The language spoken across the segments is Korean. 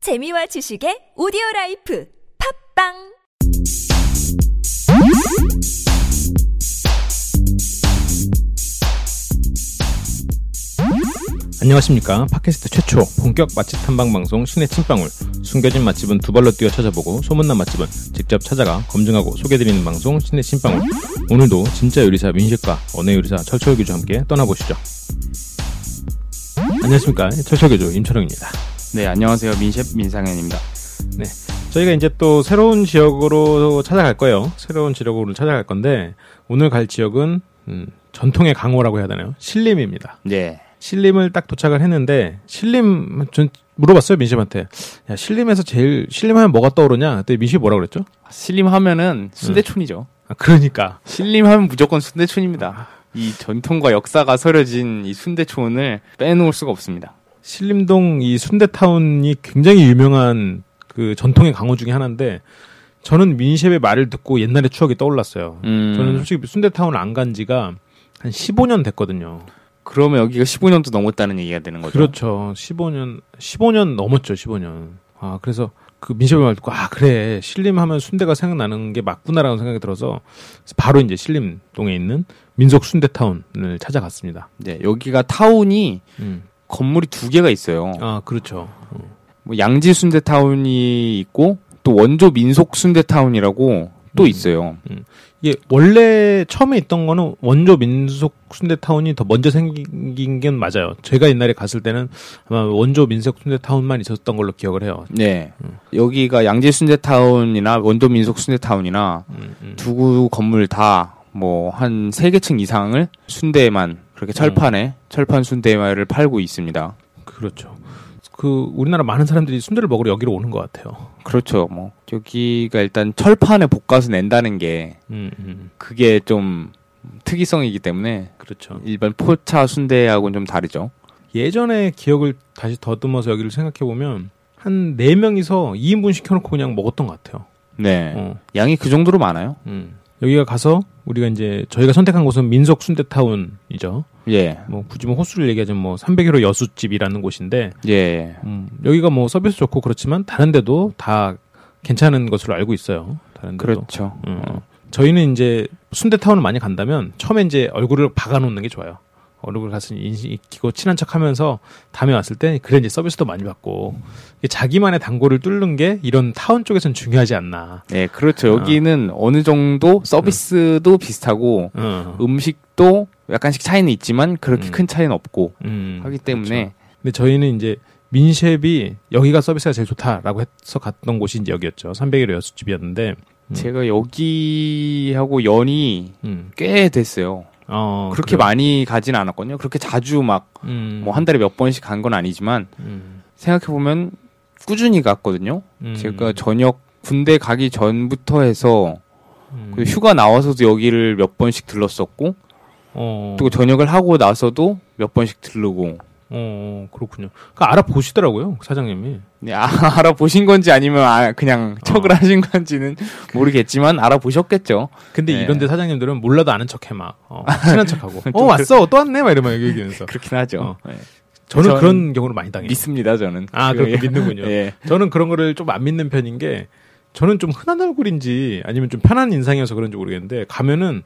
재미와 지식의 오디오 라이프 팝빵 안녕하십니까 팟캐스트 최초 본격 맛집 탐방 방송 신의 침방울 숨겨진 맛집은 두 발로 뛰어 찾아보고 소문난 맛집은 직접 찾아가 검증하고 소개드리는 방송 신의 침방울 오늘도 진짜 요리사 민식과 언어 요리사 철철 교주와 함께 떠나보시죠 안녕하십니까 철철 교주 임철웅입니다 네, 네, 안녕하세요. 민셰프 민상현입니다. 저희가 이제 또 새로운 지역으로 찾아갈 거예요 새로운 지역으로 찾아갈 건데 오늘 갈 지역은 음, 전통의 강호라고 해야 되나요 신림입니다 네. 신림을 딱 도착을 했는데 신림 전 물어봤어요 민심한테 야 신림에서 제일 신림하면 뭐가 떠오르냐 그때 민심이 뭐라 그랬죠? 신림 하면은 순대촌이죠. 아, 그러니까 신림 하면 무조건 순대촌입니다. 이 전통과 역사가 서려진 이 순대촌을 빼놓을 수가 없습니다. 신림동 이 순대타운이 굉장히 유명한 그 전통의 강호 중에 하나인데 저는 민심의 말을 듣고 옛날의 추억이 떠올랐어요. 음. 저는 솔직히 순대타운 안 간 지가 한 15년 됐거든요. 그러면 여기가 15년도 넘었다는 얘기가 되는 거죠. 그렇죠. 15년 15년 넘었죠. 15년. 아 그래서 그 민심의 말 듣고 아 그래 신림하면 순대가 생각나는 게 맞구나라는 생각이 들어서 바로 이제 신림동에 있는 민속 순대타운을 찾아갔습니다. 네, 여기가 타운이 음. 건물이 두 개가 있어요. 아 그렇죠. 뭐 양지 순대 타운이 있고 또 원조 민속 순대 타운이라고 또 있어요. 이게 원래 처음에 있던 거는 원조 민속 순대타운이 더 먼저 생긴 건 맞아요. 제가 옛날에 갔을 때는 아마 원조 민속 순대타운만 있었던 걸로 기억을 해요. 네. 여기가 양지 순대 타운이나 원조 민속 순대 타운이나 음, 음. 두 건물 다 뭐 한 세 개 층 이상을 순대만 음. 그렇게 철판에 철판 순대를 팔고 있습니다. 그렇죠. 그 우리나라 많은 사람들이 순대를 먹으러 여기로 오는 것 같아요. 그렇죠. 뭐 여기가 일단 철판에 볶아서 낸다는 게 음, 음. 그게 좀 특이성이기 때문에 그렇죠. 일반 포차 순대하고는 좀 다르죠. 예전의 기억을 다시 더듬어서 여기를 생각해 보면 한 네 명이서 2인분 시켜놓고 그냥 먹었던 것 같아요. 네. 어, 양이 그 정도로 많아요. 음. 여기가 가서 우리가 이제 저희가 선택한 곳은 민속 순대타운이죠. 예. 뭐 굳이 뭐 호수를 얘기하자면 뭐 301호 여수집이라는 곳인데 예, 예. 음, 여기가 뭐 서비스 좋고 그렇지만 다른 데도 다 괜찮은 것으로 알고 있어요. 다른 데도. 그렇죠. 음. 저희는 이제 순대타운을 많이 간다면 처음에 이제 얼굴을 박아놓는 게 좋아요. 얼굴 가서 인식 익히고 친한 척 하면서 다음에 왔을 때 그래 이제 서비스도 많이 받고 이게 자기만의 단골을 뚫는 게 이런 타운 쪽에선 중요하지 않나. 네, 아. 그렇죠. 여기는 어느 정도 서비스도 비슷하고 어. 음식도 약간씩 차이는 있지만 그렇게 음. 큰 차이는 없고 음. 하기 때문에 근데 저희는 이제 민셰비 여기가 서비스가 제일 좋다라고 해서 갔던 곳이 이제 여기였죠. 301호 여수집이었는데 음. 제가 여기하고 연이 음. 꽤 됐어요. 어, 그렇게 그래요. 많이 가진 않았거든요. 그렇게 자주 막 뭐 한 음. 달에 몇 번씩 간 건 아니지만 음. 생각해 보면 꾸준히 갔거든요. 음. 제가 저녁 군대 가기 전부터 해서 음. 그 휴가 나와서도 여기를 몇 번씩 들렀었고 어, 또 저녁을 하고 나서도 몇 번씩 들르고 어, 그렇군요. 그러니까 알아보시더라고요 사장님이. 네, 아, 알아보신 건지 아니면 아, 그냥 어. 척을 하신 건지는 그 모르겠지만 알아보셨겠죠. 근데 네. 이런데 사장님들은 몰라도 아는 척해 막 어, 친한 척하고. 좀 어 왔어 또 왔네 막 이러면 얘기하면서. 그렇긴 하죠. 어. 예. 저는 전- 그런 경우를 많이 당해요. 믿습니다 저는. 아 그- 그렇게 믿는군요. 예. 저는 그런 거를 좀 안 믿는 편인 게 저는 좀 흔한 얼굴인지 아니면 좀 편한 인상이어서 그런지 모르겠는데 가면은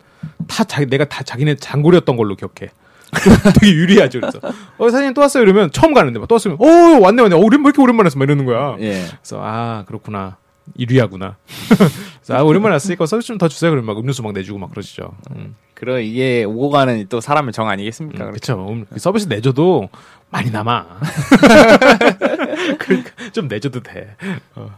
다 자기 내가 다 자기네 장골이었던 걸로 기억해. 되게 유리하죠. 그래서 어 사장님 또 왔어요 이러면 처음 가는데 막 또 왔으면 어 왔네 왔네 어, 오랜 왜 이렇게 오랜만에 왔어 막 이러는 거야. 예. 그래서 아 그렇구나 이류야구나. 그래서 아 오랜만에 왔으니까 서비스 좀 더 주세요. 그러면 막 음료수 막 내주고 막 그러시죠. 음, 그럼 이게 오고 가는 또 사람의 정 아니겠습니까? 그쵸 서비스 내줘도 많이 남아. 그러니까 좀 내줘도 돼. 어,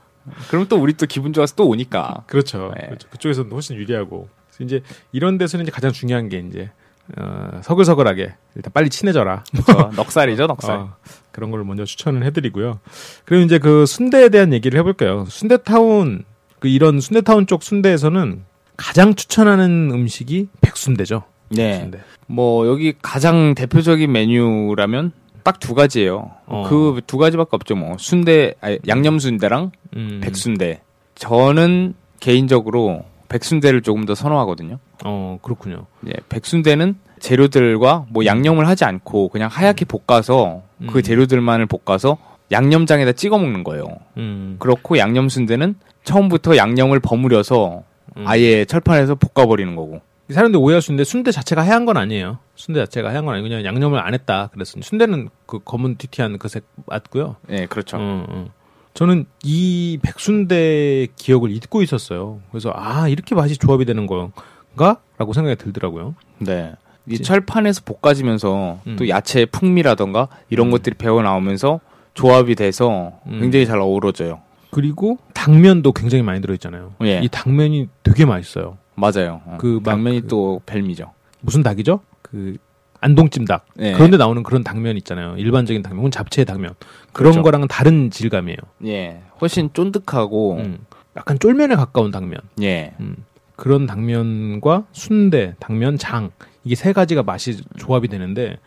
그럼 또 우리 또 기분 좋아서 또 오니까. 그렇죠. 네. 그쪽에서는 훨씬 유리하고. 그래서 이제 이런 데서는 이제 가장 중요한 게 이제 어, 서글서글하게 일단 빨리 친해져라. 그렇죠. 넉살이죠, 넉살. 음, 어, 그런 걸 먼저 추천을 해드리고요. 그리고 이제 그 순대에 대한 얘기를 해볼까요. 순대타운 그 이런 순대타운 쪽 순대에서는 가장 추천하는 음식이 백순대죠. 네. 백순대. 뭐 여기 가장 대표적인 메뉴라면 딱 두 가지예요. 어. 그 두 가지밖에 없죠. 뭐 순대, 아니, 양념 순대랑 음, 백순대. 저는 개인적으로 백순대를 조금 더 선호하거든요. 어 그렇군요. 예, 백순대는 재료들과 뭐 양념을 하지 않고 그냥 하얗게 볶아서 음. 그 재료들만을 볶아서 양념장에다 찍어 먹는 거예요. 음. 그렇고 양념 순대는 처음부터 양념을 버무려서 음. 아예 철판에서 볶아버리는 거고. 이 사람들 오해할 수 있는데 순대 자체가 하얀 건 아니에요. 순대 자체가 하얀 건 아니고 그냥 양념을 안 했다. 그랬어요. 순대는 그 검은 티티한 그 색 맞고요. 예, 그렇죠. 어, 어. 저는 이 백순대 기억을 잊고 있었어요. 그래서 아 이렇게 맛이 조합이 되는 건가라고 생각이 들더라고요. 네. 이 철판에서 볶아지면서 음. 또 야채의 풍미라던가 이런 것들이 배어 나오면서 조합이 돼서 음. 굉장히 잘 어우러져요. 그리고 당면도 굉장히 많이 들어있잖아요. 예. 이 당면이 되게 맛있어요. 맞아요. 어, 그막 당면이 그- 또 별미죠. 무슨 닭이죠? 그 안동찜닭 예. 그런데 나오는 그런 당면 있잖아요. 일반적인 당면 혹은 잡채의 당면 그런 그렇죠. 거랑은 다른 질감이에요. 예. 훨씬 쫀득하고 음. 약간 쫄면에 가까운 당면. 예. 음. 그런 당면과 순대, 당면, 장 이게 세 가지가 맛이 조합이 되는데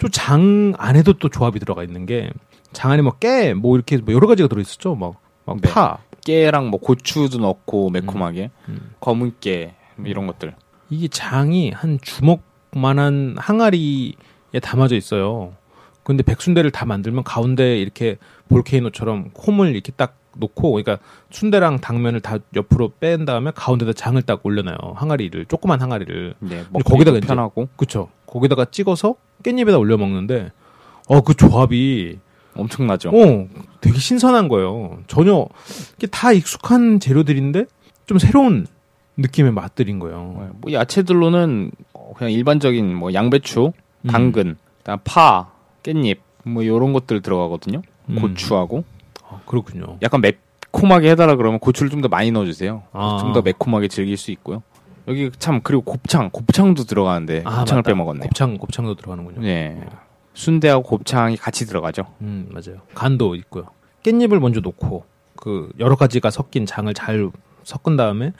또 장 안에도 또 조합이 들어가 있는 게 장 안에 뭐 깨 뭐 이렇게 뭐 여러 가지가 들어 있었죠. 막막 네. 파. 깨랑 뭐 고추도 넣고 매콤하게 음. 검은깨 뭐 이런 것들. 이게 장이 한 주먹만한 항아리에 담아져 있어요. 근데 백순대를 다 만들면 가운데 이렇게 볼케이노처럼 홈을 이렇게 딱 놓고 그러니까 순대랑 당면을 다 옆으로 뺀 다음에 가운데다 장을 딱 올려놔요. 항아리를 조그만 항아리를 네. 거기다가 먹기도 이제- 편하고 그쵸. 거기다가 찍어서 깻잎에다 올려 먹는데, 어, 그 조합이, 엄청나죠. 어, 되게 신선한 거예요. 전혀, 이게 다 익숙한 재료들인데, 좀 새로운 느낌의 맛들인 거예요. 뭐 야채들로는 어, 그냥 일반적인 뭐 양배추, 음. 당근, 그다음 파, 깻잎 뭐 요런 것들 들어가거든요. 음. 고추하고 아, 그렇군요. 약간 매콤하게 해달라 그러면 고추를 좀 더 많이 넣어주세요. 아. 좀 더 매콤하게 즐길 수 있고요. 여기 참 그리고 곱창, 곱창도 들어가는데 아, 곱창을 맞다. 빼먹었네요. 곱창, 곱창도 들어가는군요. 예. 순대하고 곱창이 같이 들어가죠. 음, 맞아요. 간도 있고요. 깻잎을 먼저 놓고, 그, 여러 가지가 섞인 장을 잘 섞은 다음에,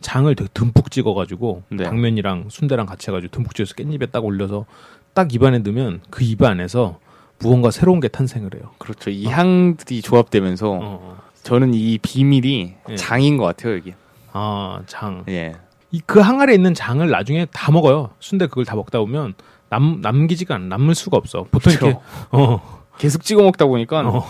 장을 되게 듬뿍 찍어가지고, 네. 당면이랑 순대랑 같이 해가지고 듬뿍 찍어서 깻잎에 딱 올려서, 딱 입안에 넣으면 그 입안에서 무언가 새로운 게 탄생을 해요. 그렇죠. 이 향들이 조합되면서 어. 저는 이 비밀이 예. 장인 것 같아요 여기. 아, 장. 예. 이 그 항아리에 있는 장을 나중에 다 먹어요. 순대 그걸 다 먹다 보면 남 남기지가 않아. 남을 수가 없어. 보통 이렇게 어. 계속 찍어 먹다 보니까 어.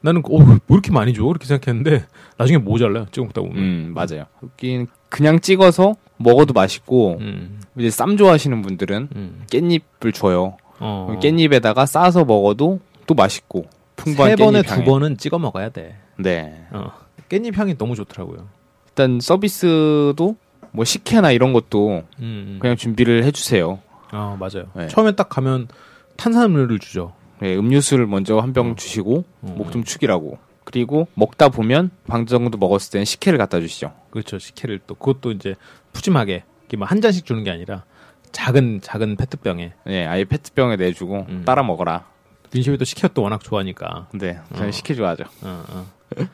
나는 어, 왜 이렇게 많이 줘? 이렇게 생각했는데 나중에 모자라요. 찍어 먹다 보면. 음 맞아요. 여긴 그냥 찍어서 먹어도 맛있고 음. 이제 쌈 좋아하시는 분들은 음. 깻잎을 줘요. 어. 깻잎에다가 싸서 먹어도 또 맛있고 풍부한 세 번에 깻잎 향에. 두 번은 찍어 먹어야 돼. 네. 어. 깻잎 향이 너무 좋더라고요. 일단 서비스도 뭐 식혜나 이런 것도 음. 그냥 준비를 해주세요. 아, 맞아요. 네. 처음에 딱 가면 탄산음료를 주죠. 네, 음료수를 먼저 한 병 주시고 음. 목 좀 축이라고. 그리고 먹다 보면 방정도 먹었을 때는 식혜를 갖다 주시죠. 그렇죠. 식혜를 또 그것도 이제 푸짐하게 이렇게 뭐 막한 잔씩 주는 게 아니라 작은 작은 페트병에 네, 아예 페트병에 내주고 음. 따라 먹어라. 민심이 또 식혜 또 워낙 좋아하니까. 네, 저는 식혜 좋아하죠. 어, 어.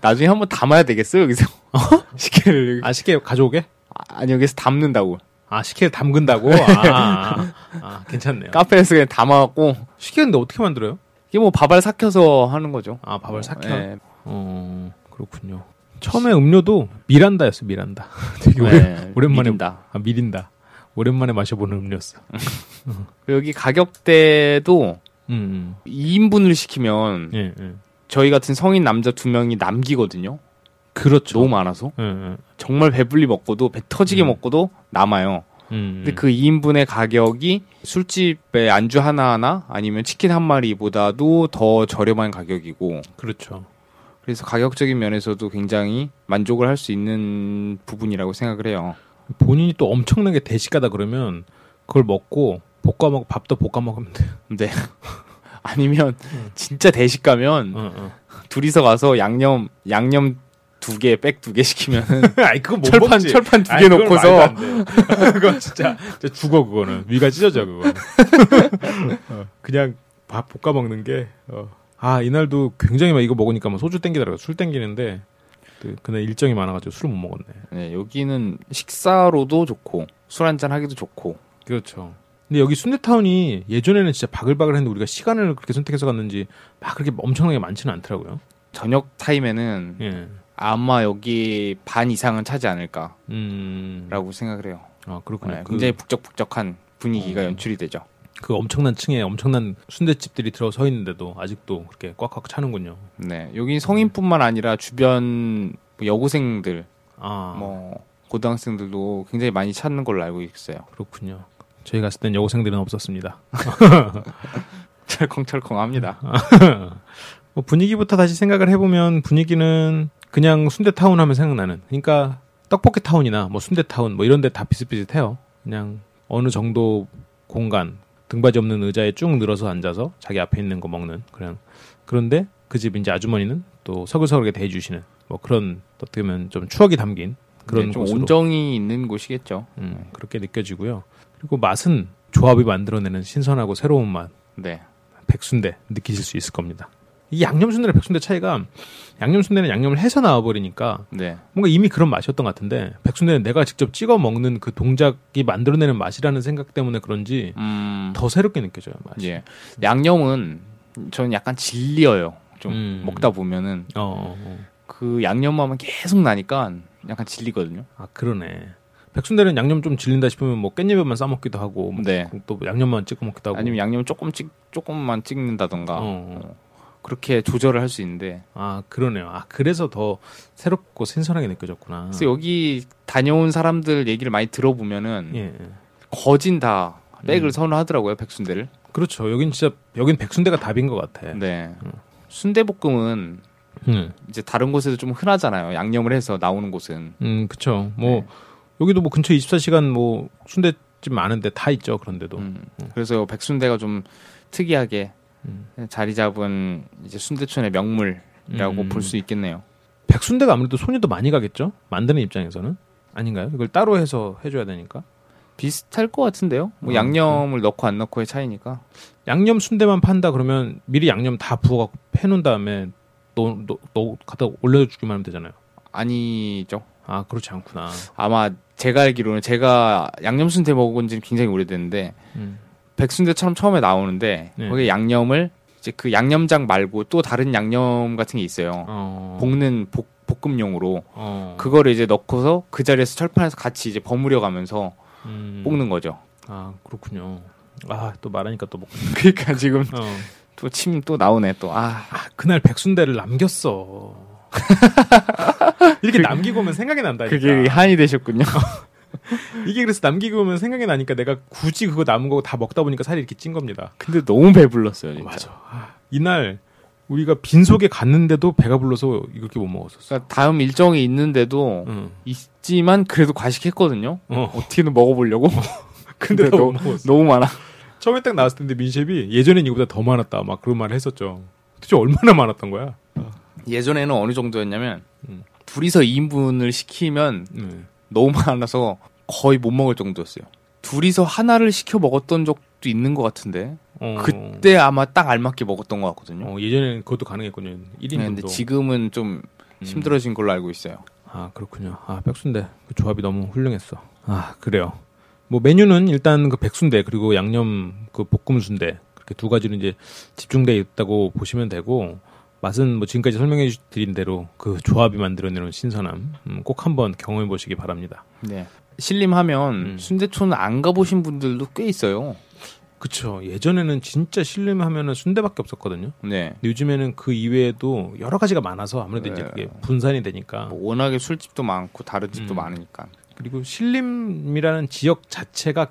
나중에 한번 담아야 되겠어요 여기서 식혜를 아 식혜 가져오게? 아니 여기서 담는다고 아 식혜 담근다고? 아, 아, 아, 괜찮네요. 카페에서 그냥 담아갖고 식혜 근데 어떻게 만들어요? 이게 뭐 밥알 삭혀서 하는 거죠. 아 밥을 삭혀. 예. 어 그렇군요. 처음에 음료도 미란다였어 미란다. 되게 네, 오래, 오랜만에 미린다. 아 미린다. 오랜만에 마셔보는 음료였어. 여기 가격대도 음, 음. 2인분을 시키면 예, 예. 저희 같은 성인 남자 두 명이 남기거든요. 그렇죠. 너무 많아서 예, 예. 정말 배불리 먹고도 배 터지게 음. 먹고도 남아요. 음, 근데 그 2인분의 가격이 술집의 안주 하나 하나 아니면 치킨 한 마리보다도 더 저렴한 가격이고 그렇죠. 그래서 가격적인 면에서도 굉장히 만족을 할 수 있는 부분이라고 생각을 해요. 본인이 또 엄청나게 대식가다 그러면 그걸 먹고 볶아 먹 밥도 볶아 먹으면 돼. 근데 아니면 진짜 대식 가면 어, 어. 둘이서 가서 양념 양념 두 개, 백 두 개 시키면 아이 그거 못 철판 먹지. 철판 두 아이, 개 그건 말도 놓고서 안 돼. 그거 진짜, 진짜 죽어 그거는 위가 찢어져 그거. 어, 그냥 밥 볶아 먹는 게. 어. 아 이날도 굉장히 막 이거 먹으니까 막 소주 땡기더라고 술 땡기는데 그- 그날 일정이 많아가지고 술을 못 먹었네. 네, 여기는 식사로도 좋고 술 한잔 하기도 좋고 그렇죠. 근데 여기 순대타운이 예전에는 진짜 바글바글했는데 우리가 시간을 그렇게 선택해서 갔는지 막 그렇게 엄청나게 많지는 않더라고요. 저녁 타임에는 예. 아마 여기 반 이상은 차지 않을까라고 음. 생각을 해요. 아 그렇군요. 네, 그- 어, 네. 굉장히 북적북적한 분위기가 연출이 되죠. 그 엄청난 층에 엄청난 순대집들이 들어서 있는데도 아직도 그렇게 꽉꽉 차는군요. 네, 여기 성인뿐만 아니라 주변 여고생들, 아 뭐 고등학생들도 굉장히 많이 찾는 걸로 알고 있어요. 그렇군요. 저희 갔을 땐 여고생들은 없었습니다. 아, 철컹철컹합니다. 뭐 분위기부터 다시 생각을 해보면 분위기는 그냥 순대 타운 하면 생각나는. 그러니까 떡볶이 타운이나 뭐 순대 타운 뭐 이런데 다 비슷비슷해요. 그냥 어느 정도 공간 등받이 없는 의자에 쭉 늘어서 앉아서 자기 앞에 있는 거 먹는 그냥 그런데 그 집 이제 아주머니는 또 서글서글하게 대해주시는 뭐 그런 어떻게 보면 좀 추억이 담긴 그런 네, 좀 곳으로 온정이 있는 곳이겠죠. 음, 그렇게 느껴지고요. 그리고 맛은 조합이 만들어내는 신선하고 새로운 맛. 네, 백순대 느끼실 수 있을 겁니다. 이 양념순대랑 백순대 차이가 양념순대는 양념을 해서 나와버리니까 네, 뭔가 이미 그런 맛이었던 것 같은데 백순대는 내가 직접 찍어 먹는 그 동작이 만들어내는 맛이라는 생각 때문에 그런지 음, 더 새롭게 느껴져요 맛이. 예, 양념은 저는 약간 질려요. 좀 음. 먹다 보면은 어, 어, 어. 그 양념만 계속 나니까 약간 질리거든요. 아 그러네. 백순대는 양념 좀 질린다 싶으면 뭐 깻잎에만 싸 먹기도 하고 뭐 네. 또 양념만 찍어 먹기도 하고. 아니면 양념 조금 찍 조금만 찍는다던가 어, 어. 그렇게 조절을 할 수 있는데 아 그러네요. 아 그래서 더 새롭고 신선하게 느껴졌구나. 그래서 여기 다녀온 사람들 얘기를 많이 들어보면은 예, 예. 거진 다 백을 선호하더라고요 백순대를. 그렇죠. 여긴 진짜 여긴 백순대가 답인 것 같아. 네. 순대볶음은 음. 이제 다른 곳에도 좀 흔하잖아요. 양념을 해서 나오는 곳은. 음, 그쵸. 뭐, 네. 여기도 뭐 근처 24시간 뭐, 순대집 많은데 다 있죠, 그런데도. 음. 그래서 백순대가 좀 특이하게 자리 잡은 이제 순대촌의 명물이라고 음. 볼 수 있겠네요. 백순대가 아무래도 손이 더 많이 가겠죠? 만드는 입장에서는? 아닌가요? 이걸 따로 해서 해줘야 되니까. 비슷할 것 같은데요. 뭐 음, 양념을 넣고 안 넣고의 차이니까. 양념 순대만 판다 그러면 미리 양념 다 부어갖고 해놓은 다음에 너, 너, 너 갖다 올려주기만 하면 되잖아요. 아니죠. 아, 그렇지 않구나. 아마 제가 알기로는 제가 양념순대 먹은 지는 굉장히 오래됐는데 음. 백순대처럼 처음에 나오는데 네. 거기에 양념을 이제 그 양념장 말고 또 다른 양념 같은 게 있어요. 어, 볶는 볶, 볶음용으로 어, 그거를 이제 넣고서 그 자리에서 철판에서 같이 이제 버무려 가면서 음. 볶는 거죠. 아, 그렇군요. 아, 또 말하니까 또 먹, 그러니까 지금 어. 또 침 또 나오네 또. 아, 아, 그날 백순대를 남겼어. 이렇게 남기고 오면 생각이 난다니까. 그게 한이 되셨군요. 이게 그래서 남기고 오면 생각이 나니까 내가 굳이 그거 남은 거 다 먹다 보니까 살이 이렇게 찐 겁니다. 근데 너무 배불렀어요. 진짜. 아, 이날 우리가 빈속에 갔는데도 배가 불러서 이렇게 못 먹었었어. 그러니까 다음 일정이 있는데도 응. 있지만 그래도 과식했거든요. 어. 어떻게든 먹어보려고. 근데 너- 너무 먹었어. 너무 많아. 처음에 딱 나왔을 텐데 민셰비 예전엔 이거보다 더 많았다. 막 그런 말을 했었죠. 도대체 얼마나 많았던 거야? 예전에는 어느 정도였냐면 음. 둘이서 2인분을 시키면 네. 너무 많아서 거의 못 먹을 정도였어요. 둘이서 하나를 시켜 먹었던 적도 있는 것 같은데 어, 그때 아마 딱 알맞게 먹었던 것 같거든요. 어, 예전에는 그것도 가능했군요. 네, 1인분도. 음. 근데 지금은 좀 힘들어진 걸로 알고 있어요. 아 그렇군요. 아 백순대 그 조합이 너무 훌륭했어. 아 그래요. 뭐 메뉴는 일단 그 백순대 그리고 양념 그 볶음 순대 그렇게 두 가지는 이제 집중돼 있다고 보시면 되고 맛은 뭐 지금까지 설명해 주- 드린 대로 그 조합이 만들어내는 신선함 음, 꼭 한번 경험해 보시기 바랍니다. 네. 신림하면 음. 순대촌 안 가보신 분들도 꽤 있어요. 그쵸. 예전에는 진짜 신림하면은 순대밖에 없었거든요. 네. 근데 요즘에는 그 이외에도 여러 가지가 많아서 아무래도 이제 네. 그게 분산이 되니까 뭐 워낙에 술집도 많고 다른 아. 집도 음. 많으니까. 그리고 신림이라는 지역 자체가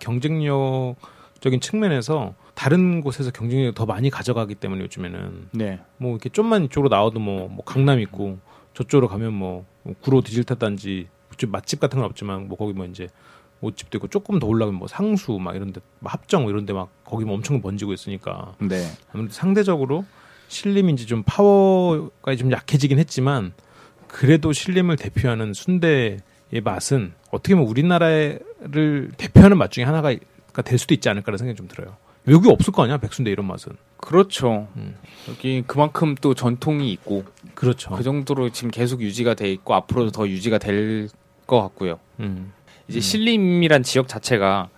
경쟁력적인 측면에서 다른 곳에서 경쟁력을 더 많이 가져가기 때문에 요즘에는 네. 뭐 이렇게 좀만 이쪽으로 나와도 뭐, 뭐 강남 있고 저쪽으로 가면 뭐 구로 디질타단지 맛집 같은 건 없지만 뭐 거기 뭐 이제 옷집도 있고 조금 더 올라가면 뭐 상수 막 이런데 뭐 합정 이런데 막 거기 뭐 엄청 번지고 있으니까 네. 아무래도 상대적으로 신림인지 좀 파워가 좀 약해지긴 했지만 그래도 신림을 대표하는 순대의 맛은 어떻게 보면 우리나라를 대표하는 맛 중에 하나가 될 수도 있지 않을까라는 생각이 좀 들어요. 외국에 없을 거 아니야 백순대 이런 맛은. 그렇죠. 음. 여기 그만큼 또 전통이 있고 그렇죠. 그 정도로 지금 계속 유지가 돼 있고 앞으로도 더 유지가 될 것 같고요. 음. 이제 신림이란 지역 자체가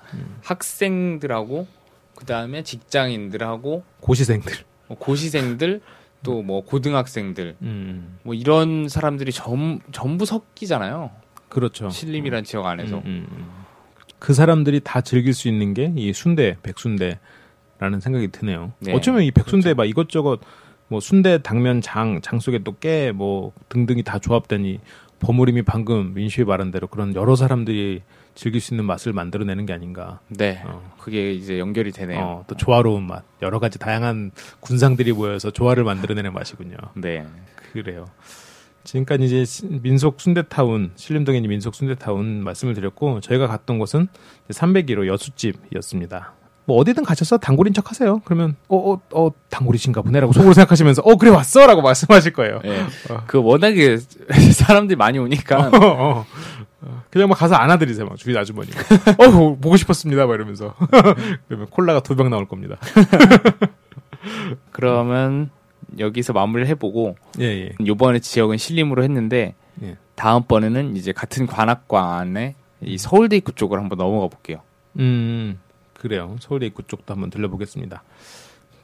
학생들하고 그 다음에 직장인들하고 고시생들. 뭐 고시생들 또 뭐 고등학생들 음. 뭐 이런 사람들이 전, 전부 섞이잖아요. 그렇죠. 신림이란 지역 안에서 음, 음, 음. 그 사람들이 다 즐길 수 있는 게 이 순대, 백순대 라는 생각이 드네요. 네. 어쩌면 이 백순대 막 이것저것 뭐 순대, 당면, 장, 장 속에 또 깨 뭐 등등이 다 조합되니 버무림이 방금 민수의 말한 대로 그런 여러 사람들이 즐길 수 있는 맛을 만들어내는 게 아닌가. 네. 어. 그게 이제 연결이 되네요. 어, 또 조화로운 맛, 여러 가지 다양한 군상들이 모여서 조화를 만들어내는 맛이군요. 네. 그래요. 지금까지 이제 시- 민속 순대타운 신림동에 있는 민속 순대타운 말씀을 드렸고 저희가 갔던 곳은 301호 여수집이었습니다. 뭐 어디든 가셔서 단골인 척하세요. 그러면 어어어 단골이신가 보네라고 속으로 생각하시면서 어 그래 왔어라고 말씀하실 거예요. 예. 그 워낙에 사람들이 많이 오니까 어, 어. 그냥 막 가서 안아드리세요. 막 주위 아주머니. 어 보고 싶었습니다. 막 이러면서 그러면 콜라가 두 병 나올 겁니다. 그러면 여기서 마무리를 해보고 예예 요번에 지역은 신림으로 했는데 예. 다음번에는 이제 같은 관악관에 이 서울대 입구 쪽으로 한번 넘어가 볼게요. 음, 그래요. 서울대 입구 쪽도 한번 들려보겠습니다.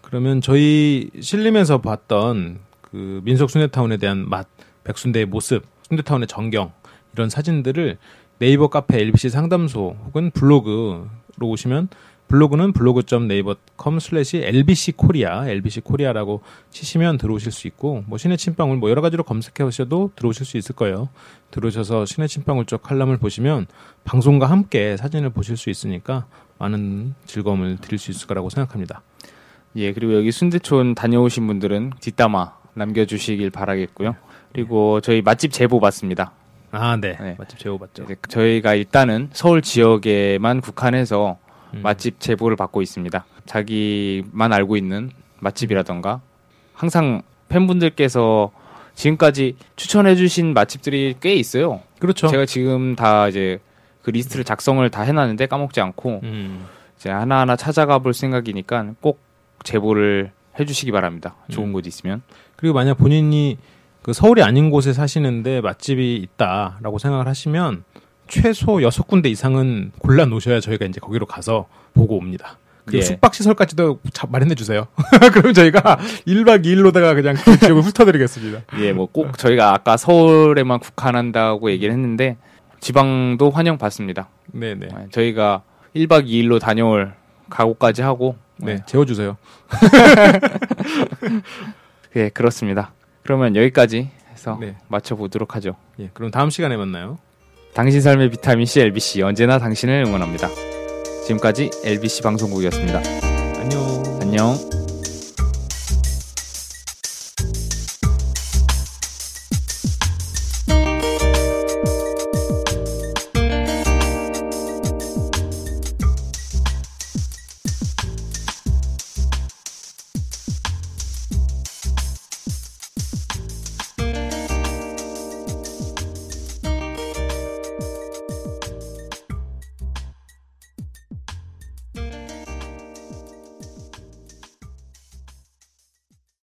그러면 저희 신림에서 봤던 그 민속 순대타운에 대한 맛, 백순대의 모습, 순대타운의 전경 이런 사진들을 네이버 카페 LBC 상담소 혹은 블로그로 오시면 블로그는 블로그.naver.com 슬래시 LBC 코리아, LBC 코리아라고 치시면 들어오실 수 있고, 뭐, 신의 침방울, 뭐, 여러 가지로 검색해 오셔도 들어오실 수 있을 거예요. 들어오셔서 신의 침방울 쪽 칼럼을 보시면 방송과 함께 사진을 보실 수 있으니까 많은 즐거움을 드릴 수 있을 거라고 생각합니다. 예, 그리고 여기 순대촌 다녀오신 분들은 뒷담화 남겨주시길 바라겠고요. 그리고 저희 맛집 제보 받습니다. 아, 네. 네. 맛집 제보받죠. 이제 저희가 일단은 서울 지역에만 국한해서 음. 맛집 제보를 받고 있습니다. 자기만 알고 있는 맛집이라던가 항상 팬분들께서 지금까지 추천해주신 맛집들이 꽤 있어요. 그렇죠. 제가 지금 다 이제 그 리스트를 작성을 다 해놨는데 까먹지 않고 음, 이제 하나하나 찾아가 볼 생각이니까 꼭 제보를 해주시기 바랍니다. 좋은 음. 곳 있으면. 그리고 만약 본인이 그 서울이 아닌 곳에 사시는데 맛집이 있다라고 생각을 하시면 최소 여섯 군데 이상은 골라 놓으셔야 저희가 이제 거기로 가서 보고 옵니다. 그리고 예. 숙박 시설까지도 자- 마련해 주세요. 그럼 저희가 1박 2일로다가 그냥 그 지역을 훑어드리겠습니다. 예, 뭐 꼭 저희가 아까 서울에만 국한한다고 얘기를 했는데 지방도 환영받습니다. 네네. 예, 저희가 1박 2일로 다녀올 각오까지 하고 네, 재워주세요. 예, 그렇습니다. 그러면 여기까지 해서 네. 맞춰보도록 하죠. 예, 그럼 다음 시간에 만나요. 당신 삶의 비타민 C LBC 언제나 당신을 응원합니다. 지금까지 LBC 방송국이었습니다. 안녕. 안녕.